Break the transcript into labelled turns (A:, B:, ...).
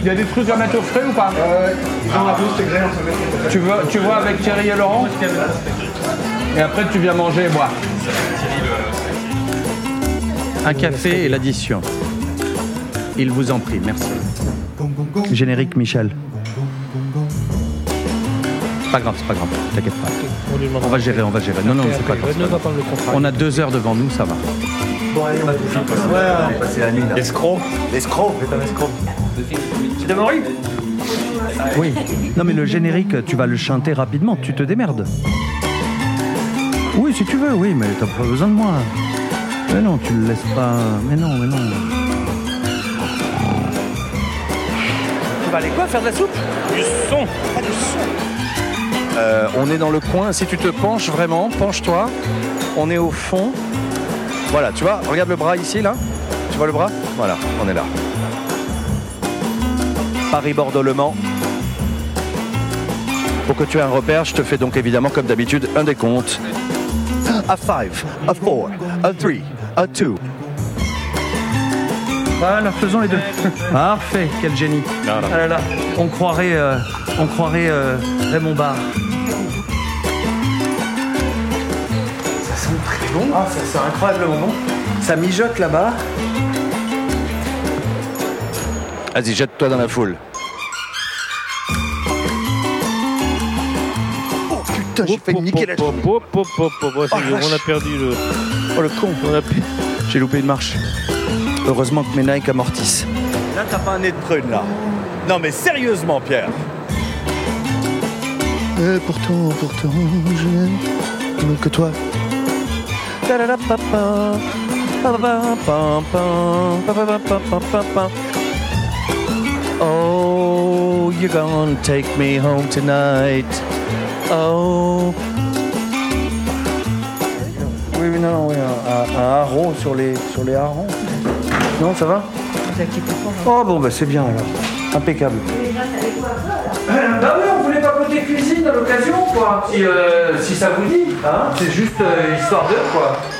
A: Il y a des trucs à mettre au frais ou pas
B: Euh, Dans la bouche, c'est que on se met.
A: tu, veux, tu vois avec Thierry et Laurent Et après, tu viens manger et boire.
C: Un café et l'addition. Il vous en prie, merci. Générique Michel. Pas grave, c'est pas grave, t'inquiète pas.
D: On lui
C: On
D: demandera.
C: va gérer, on va gérer. Non, non, c'est pas grave.
D: Renaud va prendre le contrat.
C: On a deux heures devant nous, ça va.
E: Escroc. Escroc. C'est de Maurice
C: Oui. Non, mais le générique, tu vas le chanter rapidement, tu te démerdes. Oui, si tu veux, oui, mais t'as pas besoin de moi. Mais non, tu le laisses pas. Mais non, mais non.
E: Tu vas aller quoi faire de la soupe Ah,
C: Euh, on est dans le coin. Si tu te penches vraiment, penche-toi. On est au fond. Voilà, tu vois, regarde le bras ici, là. Tu vois le bras Voilà, on est là. Paris-Bordeaux-Le Mans. Pour que tu aies un repère, je te fais donc évidemment, comme d'habitude, un décompte. A 5, a 4, a 3, a 2. Voilà, faisons les deux. Parfait, quel génie. Ah là là, on croirait, euh, on croirait euh, Raymond Barre.
E: Ah, ça c'est incroyablement bon. Ça mijote là-bas.
C: Vas-y, jette-toi dans la foule.
E: Oh putain, j'ai fait niquer la
D: Pop, pop, pop, pop, pop. Oh, ça y est,
E: Oh, vache.
D: On a perdu le.
C: Oh le con,
D: On a pu-
C: j'ai loupé une marche. Heureusement que mes Nike amortissent.
E: Là, t'as pas un nez de prune là. Non mais sérieusement, Pierre.
F: Et pourtant, pourtant, je n'aime plus que toi.
C: Oh, you're gonna take me home tonight. Oh.
F: Oui, oui, non, oui, un, un- un hareng sur les, sur les harengs. Non, ça va Oh, bon, bah, c'est bien alors. Impeccable.
G: Non, mais on voulait pas côté cuisine à l'occasion, quoi. Si, euh, si ça vous dit, hein. C'est juste euh, histoire de, quoi.